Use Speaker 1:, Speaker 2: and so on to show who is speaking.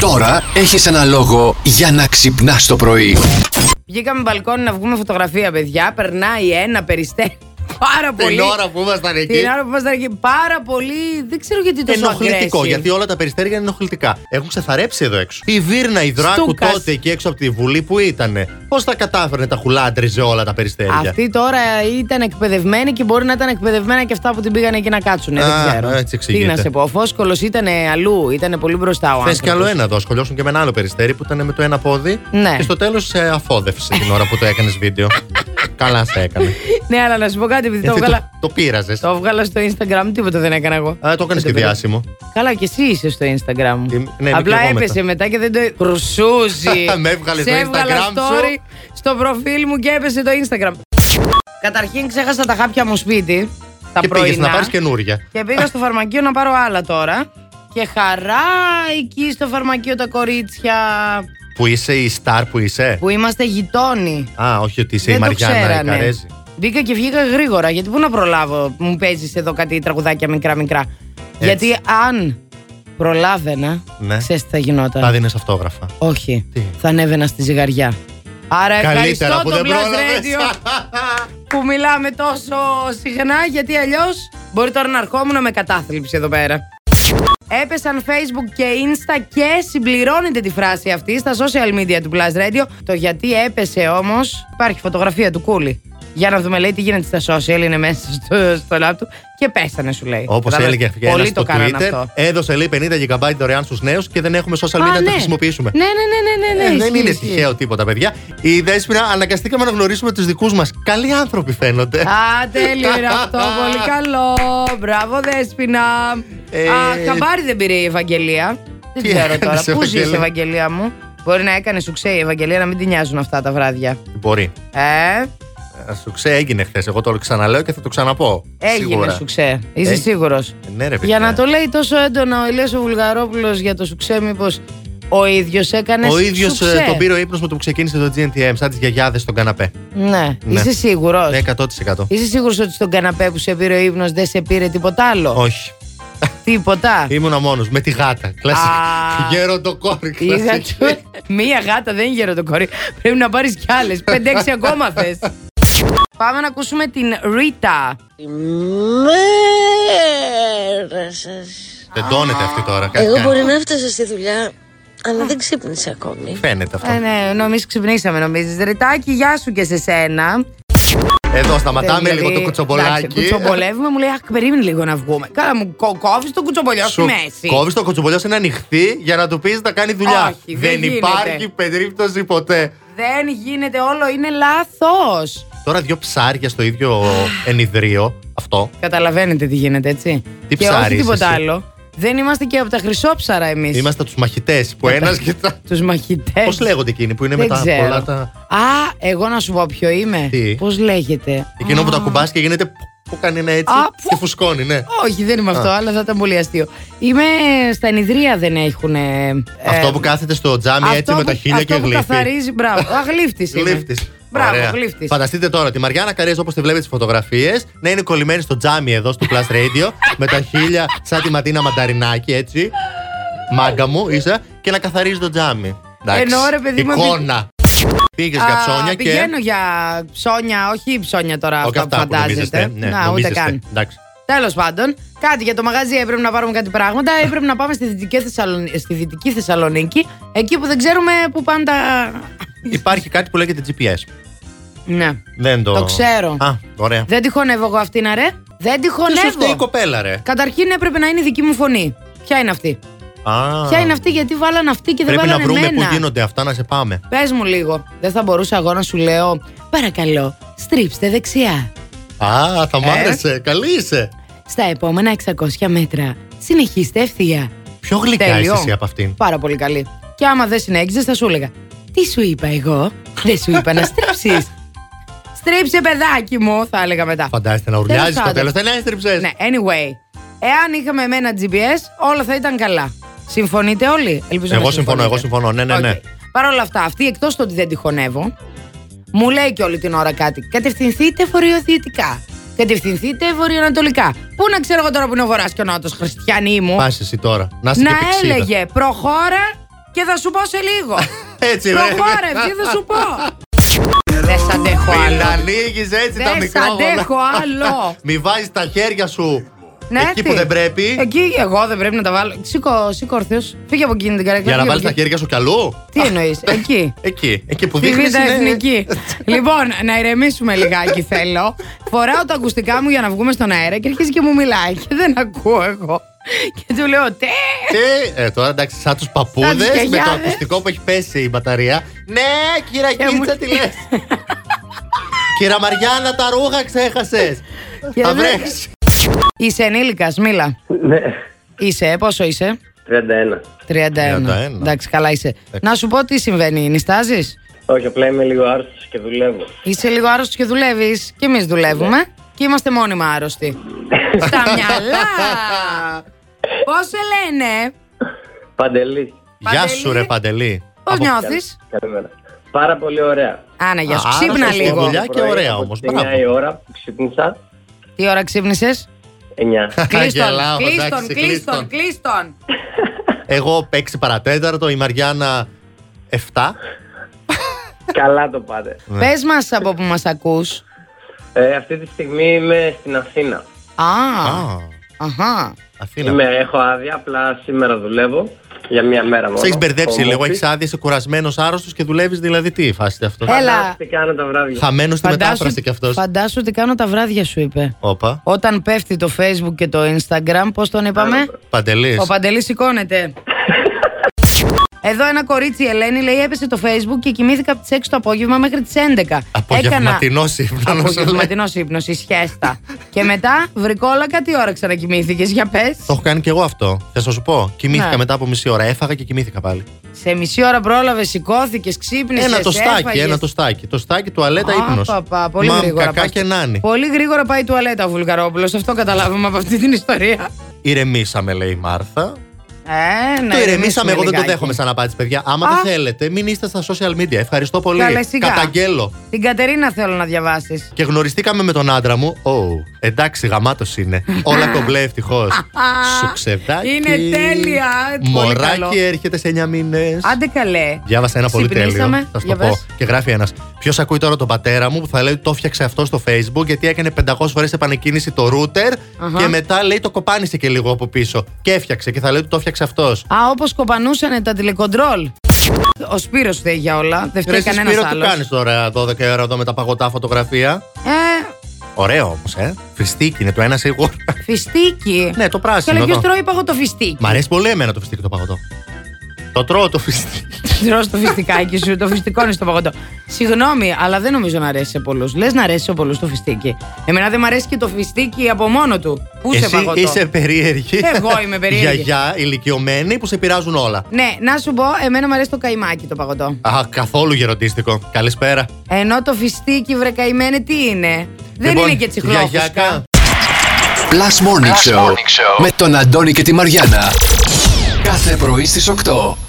Speaker 1: Τώρα έχεις ένα λόγο για να ξυπνάς το πρωί.
Speaker 2: Βγήκαμε μπαλκόνι να βγούμε φωτογραφία, παιδιά. Περνάει ένα περιστέρι. Πάρα πολύ.
Speaker 3: Την ώρα που ήμασταν εκεί.
Speaker 2: Την ώρα που ήμασταν εκεί. Πάρα πολύ. Δεν ξέρω γιατί το
Speaker 3: Ενοχλητικό, γιατί όλα τα περιστέρια είναι ενοχλητικά. Έχουν ξεθαρέψει εδώ έξω. Η Βίρνα Ιδράκου
Speaker 2: Στούκας.
Speaker 3: τότε εκεί έξω από τη Βουλή που ήταν. Πώς τα κατάφερνε, τα χουλάντριζε όλα τα περιστέρια.
Speaker 2: Αυτή τώρα ήταν εκπαιδευμένη και μπορεί να ήταν εκπαιδευμένα και αυτά που την πήγαν εκεί να κάτσουν. Ε,
Speaker 3: Α,
Speaker 2: δεν ξέρω.
Speaker 3: έτσι
Speaker 2: Τι
Speaker 3: εξηγείται.
Speaker 2: να σε πω. Ο Φόσκολο ήταν αλλού, ήταν πολύ μπροστά ο
Speaker 3: Θες
Speaker 2: άνθρωπος.
Speaker 3: κι άλλο ένα εδώ. Σχολιώσουν και με ένα άλλο περιστέρι που ήταν με το ένα πόδι.
Speaker 2: Ναι.
Speaker 3: Και στο τέλος σε αφόδευσε την ώρα που το έκανες βίντεο. Καλά σε έκανε.
Speaker 2: Ναι, αλλά να σου πω κάτι, επειδή το
Speaker 3: Γιατί το,
Speaker 2: έβγαλα.
Speaker 3: Ε, το πείραζες.
Speaker 2: Το έβγαλα στο Instagram, τίποτα δεν έκανα εγώ.
Speaker 3: Α, το έκανες και
Speaker 2: Δεν πειράζει.
Speaker 3: διάσημο.
Speaker 2: Καλά, και εσύ είσαι στο Instagram μου.
Speaker 3: Ε, ναι, είμαι
Speaker 2: Απλά
Speaker 3: και εγώ
Speaker 2: έπεσε μετά. και δεν το. Κρουσούζι.
Speaker 3: Με έβγαλε
Speaker 2: Σε
Speaker 3: στο
Speaker 2: έβγαλα
Speaker 3: Instagram σου.
Speaker 2: story στο προφίλ μου και έπεσε το Instagram. Καταρχήν ξέχασα τα χάπια μου σπίτι. Τα
Speaker 3: και
Speaker 2: πρωινά.
Speaker 3: πήγες να πάρεις καινούρια.
Speaker 2: Και πήγα στο φαρμακείο να πάρω άλλα τώρα. Και χαρά εκεί στο φαρμακείο τα κορίτσια
Speaker 3: Που είσαι η στάρ που είσαι.
Speaker 2: που είμαστε γειτόνι.
Speaker 3: Α, όχι ότι είσαι η
Speaker 2: Δεν το
Speaker 3: Μαριάννα η
Speaker 2: ξέρανε.
Speaker 3: Καρέζη.
Speaker 2: Μπήκα και βγήκα γρήγορα. Γιατί πού να προλάβω, μου παίζεις εδώ κάτι τραγουδάκια μικρά-μικρά. Γιατί αν προλάβαινα,
Speaker 3: Ναι.
Speaker 2: ξέρεις τι θα γινόταν.
Speaker 3: Τα δίνε αυτόγραφα.
Speaker 2: Όχι.
Speaker 3: Τι?
Speaker 2: Θα ανέβαινα στη ζυγαριά. Άρα
Speaker 3: Καλύτερα
Speaker 2: ευχαριστώ
Speaker 3: που
Speaker 2: το
Speaker 3: δεν
Speaker 2: Blast
Speaker 3: πρόλαβες.
Speaker 2: Radio που μιλάμε τόσο συχνά γιατί αλλιώς μπορεί τώρα να ερχόμουν με κατάθλιψη εδώ πέρα. Έπεσαν Facebook και Insta και συμπληρώνεται τη φράση αυτή στα social media του Plus Radio. Το γιατί έπεσε όμως. Υπάρχει φωτογραφία του Κούλη. Για να δούμε, λέει, τι γίνεται στα social. Είναι μέσα στο, στο lab του. Και πέσανε, σου λέει.
Speaker 3: Όπως
Speaker 2: Κατάλαβες.
Speaker 3: έλεγε και ένα
Speaker 2: Πολλοί
Speaker 3: στο
Speaker 2: το κάνανε
Speaker 3: Twitter,
Speaker 2: αυτό.
Speaker 3: έδωσε λέει 50 GB δωρεάν στους νέους και δεν έχουμε social media
Speaker 2: Α,
Speaker 3: να
Speaker 2: ναι.
Speaker 3: τα χρησιμοποιήσουμε.
Speaker 2: Ναι, ναι, ναι, ναι, ναι.
Speaker 3: Ε,
Speaker 2: ναι
Speaker 3: δεν
Speaker 2: ισχύει,
Speaker 3: είναι
Speaker 2: ισχύει.
Speaker 3: τυχαίο τίποτα, παιδιά. Η Δέσποινα αναγκαστήκαμε να γνωρίσουμε τους δικούς μας. Καλοί άνθρωποι φαίνονται.
Speaker 2: Α, τέλειο είναι αυτό. Πολύ καλό. Μπράβο, Δέσποινα.
Speaker 3: Ε,
Speaker 2: Α, χαμπάρι δεν πήρε η Ευαγγελία. Δεν
Speaker 3: Τι
Speaker 2: ξέρω
Speaker 3: έκανες,
Speaker 2: τώρα. Πού ζει η
Speaker 3: Ευαγγελία?
Speaker 2: Ευαγγελία μου. Μπορεί να έκανε σου ξέρει η Ευαγγελία να μην την νοιάζουν αυτά τα βράδια.
Speaker 3: Μπορεί.
Speaker 2: Ε,
Speaker 3: Ε, Σου ξέ έγινε χθες. Εγώ το ξαναλέω και θα το ξαναπώ.
Speaker 2: έγινε
Speaker 3: Σίγουρα.
Speaker 2: σου ξέρει. Είσαι
Speaker 3: Ε,
Speaker 2: σίγουρος.
Speaker 3: Ναι, ρε, παιδιά.
Speaker 2: Για να το λέει τόσο έντονα ο Ηλίας ο Βουλγαρόπουλος για το σου ξέρει, μήπως ο ίδιος έκανες
Speaker 3: Ο ίδιος
Speaker 2: σουξέ.
Speaker 3: τον πήρε ο ύπνο με το που ξεκίνησε το GNTM, σαν τις γιαγιάδες στον καναπέ.
Speaker 2: Ναι.
Speaker 3: Ναι.
Speaker 2: Είσαι σίγουρος.
Speaker 3: Ναι, 100%.
Speaker 2: Είσαι σίγουρος ότι στον καναπέ που σε πήρε ο ύπνος δεν σε πήρε τίποτα άλλο.
Speaker 3: Όχι.
Speaker 2: Τίποτα.
Speaker 3: Ήμουνα μόνος με τη γάτα. Κλασικά.
Speaker 2: Α.
Speaker 3: Γέροντο κόρη.
Speaker 2: Είδα
Speaker 3: κλασική.
Speaker 2: του- Μία γάτα δεν είναι γέρο το κορί. Πρέπει να πάρεις κι άλλες. 5-6 ακόμα θες. Πάμε να ακούσουμε την Ρίτα.
Speaker 4: Μέρα σας.
Speaker 3: Τεντώνεται αυτή τώρα. κάτι
Speaker 4: Εγώ
Speaker 3: κάνει.
Speaker 4: μπορεί να έφτασα στη δουλειά, αλλά δεν ξύπνησα ακόμη.
Speaker 3: Φαίνεται
Speaker 2: Ε,
Speaker 3: αυτό.
Speaker 2: ναι, νομίζω ξυπνήσαμε, νομίζεις. Ριτάκι, γεια σου και σε σένα.
Speaker 3: Εδώ σταματάμε
Speaker 2: Δηλαδή,
Speaker 3: λίγο το κουτσομπολάκι.
Speaker 2: εντάξει, Κουτσομπολεύουμε, μου λέει Αχ, περίμενε λίγο να βγούμε. Καλά, μου κόβεις το
Speaker 3: Ε,
Speaker 2: κουτσομπολιό στη μέση.
Speaker 3: Κόβεις το κουτσομπολιό σε ένα ανοιχτή για να του πεις να κάνει δουλειά.
Speaker 2: Όχι, δεν γίνεται.
Speaker 3: υπάρχει περίπτωση ποτέ.
Speaker 2: Δεν γίνεται όλο, είναι λάθος.
Speaker 3: Τώρα δύο ψάρια στο ίδιο ενιδρίο. Αυτό.
Speaker 2: Καταλαβαίνετε τι γίνεται, έτσι.
Speaker 3: Τι
Speaker 2: και
Speaker 3: ψάρι
Speaker 2: όχι τίποτα
Speaker 3: είσαι εσύ.
Speaker 2: άλλο. Δεν είμαστε και από τα χρυσόψαρα εμείς.
Speaker 3: Είμαστε τους μαχητές που ένα κοιτά.
Speaker 2: Τους μαχητές.
Speaker 3: Πώς λέγονται εκείνοι που είναι Ναι, με
Speaker 2: Ε. Δεν
Speaker 3: τα
Speaker 2: ξέρω.
Speaker 3: πολλά τα.
Speaker 2: Α, εγώ να σου πω ποιο είμαι.
Speaker 3: Τι?
Speaker 2: Πώς λέγεται.
Speaker 3: Εκείνο που τα κουμπάς και γίνεται. που- Που κάνει ένα έτσι
Speaker 2: Α,
Speaker 3: και φουσκώνει, ναι.
Speaker 2: Όχι, δεν είμαι αυτό, αλλά θα ήταν πολύ αστείο. Είμαι στα ενιδρία δεν έχουν. ε,
Speaker 3: αυτό
Speaker 2: ε,
Speaker 3: που κάθεται στο τζάμι
Speaker 2: αυτό
Speaker 3: έτσι με
Speaker 2: που-
Speaker 3: τα χίλια και
Speaker 2: Αυτό που
Speaker 3: γλύφει.
Speaker 2: καθαρίζει, μπράβο. Αγλήφτη.
Speaker 3: Γλύφτης. Ωραία.
Speaker 2: Μπράβο, γλύφτης.
Speaker 3: Φανταστείτε τώρα τη Μαριάννα Καρέζη όπως τη βλέπετε στις φωτογραφίες να είναι κολλημένη στο τζάμι εδώ στο Plus Radio με τα χίλια σαν τη Ματίνα Μανταρινάκη έτσι. Μάγκα μου ίσα και να καθαρίζει το τζάμι. Εντάξει.
Speaker 2: Ενώ, ρε, παιδί μου,
Speaker 3: Εικόνα. Πήγες για ψώνια και.
Speaker 2: Πηγαίνω για ψώνια, όχι ψώνια τώρα
Speaker 3: Όχι
Speaker 2: αυτά που
Speaker 3: αυτά που νομίζεστε.
Speaker 2: φαντάζεστε.
Speaker 3: Ναι,
Speaker 2: Να, ούτε
Speaker 3: νομίζεστε.
Speaker 2: καν.
Speaker 3: Εντάξει.
Speaker 2: Τέλος πάντων, κάτι για το μαγαζί έπρεπε να πάρουμε κάτι πράγματα. Έπρεπε να πάμε στη δυτική, Θεσσαλονίκη, στη δυτική Θεσσαλονίκη, εκεί που δεν ξέρουμε που πάντα.
Speaker 3: Υπάρχει κάτι που λέγεται GPS.
Speaker 2: Ναι.
Speaker 3: Δεν το.
Speaker 2: Το ξέρω.
Speaker 3: Α, ωραία.
Speaker 2: Δεν τη χωνεύω εγώ αυτήν, αρέ. Δεν τη
Speaker 3: Τι σου φταίει η
Speaker 2: χωνεύω.
Speaker 3: κοπέλα, ρε.
Speaker 2: Καταρχήν έπρεπε να είναι η δική μου φωνή. Ποια είναι αυτή.
Speaker 3: Α,
Speaker 2: Ποια είναι αυτή, γιατί βάλαν αυτή και δεν
Speaker 3: Πρέπει να
Speaker 2: βάλανε
Speaker 3: βρούμε
Speaker 2: εμένα.
Speaker 3: πού γίνονται αυτά να σε πάμε.
Speaker 2: Πες μου λίγο. Δεν θα μπορούσα εγώ να σου λέω. Παρακαλώ, στρίψτε δεξιά.
Speaker 3: Α,
Speaker 2: Ε?
Speaker 3: θα μ' άρεσε. Καλή είσαι.
Speaker 2: Στα επόμενα 600 μέτρα. Συνεχίστε ευθεία.
Speaker 3: Πιο γλυκά είσαι
Speaker 2: Τέλειο.
Speaker 3: εσύ από αυτήν.
Speaker 2: Πάρα πολύ καλή. Και άμα δεν συνέχιζες, θα σου έλεγα. Τι σου είπα εγώ, δεν σου είπα να στρίψεις. Στρίψε, παιδάκι μου, θα έλεγα μετά.
Speaker 3: Φαντάζεστε να
Speaker 2: Τέλος
Speaker 3: ουρλιάζεις στο
Speaker 2: πάντων.
Speaker 3: τέλος. Δεν έστριψες.
Speaker 2: Ναι, anyway. Εάν είχαμε εμένα GPS, όλα θα ήταν καλά. Συμφωνείτε όλοι, ελπίζω
Speaker 3: Εγώ
Speaker 2: να
Speaker 3: συμφωνώ,
Speaker 2: συμφωνείτε.
Speaker 3: εγώ συμφωνώ. Ναι, ναι, ναι.
Speaker 2: Οκ. Παρ' όλα αυτά, αυτή εκτός του ότι δεν τη χωνεύω, μου λέει και όλη την ώρα κάτι. Κατευθυνθείτε βορειοδυτικά. Κατευθυνθείτε βορειοανατολικά. Πού να ξέρω εγώ τώρα που είναι ο Βορράς και ο Νότος, Χριστιανή μου.
Speaker 3: Πας εσύ τώρα. Να είσαι
Speaker 2: να
Speaker 3: και πηξίδα.
Speaker 2: έλεγε προχώρα και θα σου πω σε λίγο.
Speaker 3: Έτσι, ρε.
Speaker 2: Προχώρε, τι θα σου πω. Δεν σ' αντέχω
Speaker 3: Μην
Speaker 2: άλλο.
Speaker 3: ανοίγει έτσι
Speaker 2: Δεν
Speaker 3: τα
Speaker 2: σ'
Speaker 3: μικρόφωνα.
Speaker 2: αντέχω άλλο.
Speaker 3: Μη βάζεις τα χέρια σου
Speaker 2: Ναι,
Speaker 3: εκεί
Speaker 2: τι.
Speaker 3: που δεν πρέπει.
Speaker 2: Εκεί εγώ δεν πρέπει να τα βάλω. Σήκω, σήκω ορθίος. Φύγε από εκείνη την καρέκλα.
Speaker 3: Για να
Speaker 2: φύγε
Speaker 3: βάλεις
Speaker 2: από
Speaker 3: τα
Speaker 2: εκεί.
Speaker 3: χέρια σου κι αλλού.
Speaker 2: Τι εννοείς, εκεί.
Speaker 3: Εκεί. Εκεί που
Speaker 2: Τη
Speaker 3: δείχνει.
Speaker 2: Β' ναι, Εθνική. λοιπόν, να ηρεμήσουμε λιγάκι θέλω. Φοράω τα ακουστικά μου για να βγούμε στον αέρα και αρχίζει και μου μιλάει και δεν ακούω εγώ. Και του λέω τι.
Speaker 3: Ε, τώρα εντάξει, σαν τους παππούδες
Speaker 2: Σαν τους
Speaker 3: με το
Speaker 2: γιαγιάδες.
Speaker 3: ακουστικό που έχει πέσει η μπαταρία. Ναι, κύρα
Speaker 2: Και μου-
Speaker 3: Κίτσα, τι λες. Κύρα Μαριάννα, τα ρούχα ξέχασες.
Speaker 2: Και
Speaker 3: Θα
Speaker 2: δεν-
Speaker 3: βρέξει.
Speaker 2: Είσαι ενήλικας, μίλα.
Speaker 5: Ναι,
Speaker 2: Είσαι, πόσο είσαι.
Speaker 5: 31.
Speaker 2: 31.
Speaker 3: 31.
Speaker 2: Εντάξει, καλά είσαι. Να σου πω τι συμβαίνει, νιστάζεις.
Speaker 5: Όχι, απλά είμαι λίγο άρρωστος και δουλεύω.
Speaker 2: Είσαι λίγο άρρωστος και δουλεύεις και εμείς
Speaker 3: Ναι.
Speaker 2: δουλεύουμε και είμαστε μόνιμα άρρωστοι. Στα μυαλά. Πώς σε λένε.
Speaker 5: Παντελή.
Speaker 3: Γεια σου,
Speaker 2: Παντελή.
Speaker 3: ρε Παντελή.
Speaker 2: Πώς
Speaker 3: Από-
Speaker 2: νιώθεις.
Speaker 5: Καλημέρα. Πάρα πολύ ωραία.
Speaker 2: Άνα, γεια σου.
Speaker 3: Α,
Speaker 2: Ξύπνα
Speaker 3: άρρωστος και
Speaker 2: λίγο.
Speaker 3: δουλειά. και
Speaker 5: Πρωί
Speaker 3: ωραία
Speaker 5: από
Speaker 3: όμως,
Speaker 5: τις 9
Speaker 3: μπράβο.
Speaker 5: η ώρα που ξύπνησα.
Speaker 2: Τι ώρα ξύπνησες.
Speaker 5: 9.
Speaker 2: Κλείστον,
Speaker 3: Γελάω,
Speaker 2: κλείστον,
Speaker 3: εντάξει,
Speaker 2: κλείστον,
Speaker 3: κλείστον.
Speaker 2: κλείστον.
Speaker 3: Εγώ 6 παρατέταρτο, η Μαριάννα 7.
Speaker 5: Καλά το πάτε.
Speaker 3: Ναι.
Speaker 2: Πες μας από που μας ακούς.
Speaker 5: Ε, αυτή τη στιγμή είμαι στην Αθήνα.
Speaker 2: Α,
Speaker 3: Α,
Speaker 2: αχα.
Speaker 3: Αθήνα.
Speaker 5: Είμαι, έχω άδεια, απλά σήμερα δουλεύω για μία μέρα μόνο.
Speaker 3: Σε έχεις μπερδέψει
Speaker 5: Home
Speaker 3: λίγο,
Speaker 5: office.
Speaker 3: έχει άδεια, είσαι κουρασμένος, άρρωστος και δουλεύεις δηλαδή τι φάση είναι αυτό.
Speaker 2: Έλα.
Speaker 5: Ας Τι κάνω τα βράδια.
Speaker 3: Χαμένος στη μετάφραση κι αυτός.
Speaker 2: φαντάσου τι κάνω τα βράδια σου είπε.
Speaker 3: Όπα.
Speaker 2: Όταν πέφτει το facebook και το instagram, πώς τον είπαμε.
Speaker 3: Παντελής.
Speaker 2: Ο Παντελής σηκώνεται. Εδώ ένα κορίτσι, η Ελένη, λέει έπεσε το facebook και κοιμήθηκα από τις 6 το απόγευμα μέχρι τις 11.
Speaker 3: Απογευματινό ύπνο.
Speaker 2: Απογευματινό ύπνος, η σχέστα. και μετά, βρικόλακα, τι ώρα ξανακοιμήθηκες, για πες.
Speaker 3: Το έχω κάνει κι εγώ αυτό. Θα σα σου πω. Κοιμήθηκα
Speaker 2: Ναι.
Speaker 3: μετά από μισή ώρα. Έφαγα και κοιμήθηκα πάλι.
Speaker 2: Σε μισή ώρα πρόλαβες, σηκώθηκες, ξύπνησες.
Speaker 3: ένα το στάκι, ένα το στάκι. Το στάκι, τουαλέτα, ύπνο.
Speaker 2: Παπα, πολύ
Speaker 3: Μαμ,
Speaker 2: γρήγορα.
Speaker 3: κακά
Speaker 2: πας.
Speaker 3: και νάνι.
Speaker 2: Πολύ γρήγορα πάει η τουαλέτα ο Βουλγαρόπουλος. Αυτό καταλάβαμε από αυτή την ιστορία.
Speaker 3: Ηρεμήσαμε, λέει η Μάρθα.
Speaker 2: Ε, ναι,
Speaker 3: το ηρεμήσαμε, εγώ δεν το
Speaker 2: λιγάκι.
Speaker 3: δέχομαι σαν απάντηση, παιδιά. Άμα
Speaker 2: Α.
Speaker 3: δεν θέλετε, μην είστε στα social media. Ευχαριστώ πολύ.
Speaker 2: Καλέ, σιγά.
Speaker 3: Καταγγέλλω.
Speaker 2: Την Κατερίνα θέλω να διαβάσεις.
Speaker 3: Και γνωριστήκαμε με τον άντρα μου. Oh, εντάξει, γαμάτος είναι. Όλα κομπλέ, ευτυχώς. Σου ξεδάκι.
Speaker 2: Είναι τέλεια. Ε, Πολύ καλό.
Speaker 3: Μωράκι έρχεται σε 9 μήνες.
Speaker 2: Άντε καλέ.
Speaker 3: Διάβασα ένα πολύ τέλειο.
Speaker 2: Ξυπνήσαμε.
Speaker 3: Θα σου
Speaker 2: Για
Speaker 3: το πω.
Speaker 2: πες.
Speaker 3: Και γράφει ένας. Ποιος ακούει τώρα τον πατέρα μου που θα λέει ότι το φτιάξε αυτό στο Facebook γιατί έκανε 500 φορές επανεκκίνηση το router
Speaker 2: Αχα.
Speaker 3: και μετά λέει το κοπάνισε και λίγο από πίσω. Και έφτιαξε και θα λέει ότι το φτιάξε αυτός.
Speaker 2: Α, όπως κοπανούσανε τα τηλεκοντρόλ. Ο Σπύρος φταίει για όλα. Δεν
Speaker 3: Ρε,
Speaker 2: φταίει
Speaker 3: εσύ
Speaker 2: κανένας
Speaker 3: Σπύρο, τι
Speaker 2: άλλος.
Speaker 3: κάνεις τώρα 12 ώρα εδώ με τα παγωτά φωτογραφία.
Speaker 2: Ε,
Speaker 3: Ωραίο όμως, ε. Φιστίκι είναι το ένα σίγουρο.
Speaker 2: φιστίκι.
Speaker 3: ναι, το
Speaker 2: Και
Speaker 3: πράσινο.
Speaker 2: λέει, ποιο
Speaker 3: εδώ.
Speaker 2: τρώει παγωτό φιστίκι.
Speaker 3: Μ' αρέσει πολύ εμένα το φιστίκι το παγωτό. Το τρώω το φιστίκι.
Speaker 2: Τρώ το φιστικάκι σου, το φιστικό είναι στο παγωτό. Συγγνώμη, αλλά δεν νομίζω να αρέσει σε πολλούς. Λες να αρέσει σε πολλούς το φιστίκι. Εμένα δεν μου αρέσει και το φιστίκι από μόνο του. Πού σε
Speaker 3: Εσύ
Speaker 2: παγωτό.
Speaker 3: είσαι περίεργη.
Speaker 2: Εγώ είμαι περίεργη.
Speaker 3: Γιαγιά, ηλικιωμένη που σε πειράζουν όλα.
Speaker 2: Ναι, να σου πω, εμένα μου αρέσει το καϊμάκι το παγωτό.
Speaker 3: Α, καθόλου γεροντίστικο. Καλησπέρα.
Speaker 2: Ενώ το φιστίκι βρεκαϊμένε τι είναι. Δεν
Speaker 3: Λοιπόν,
Speaker 2: είναι και τσιχλόφουσκα.
Speaker 3: γιαγιάκα.
Speaker 1: Plus Morning, Show, με τον Αντώνη και τη Μαριάνα. Κάθε πρωί στις 8.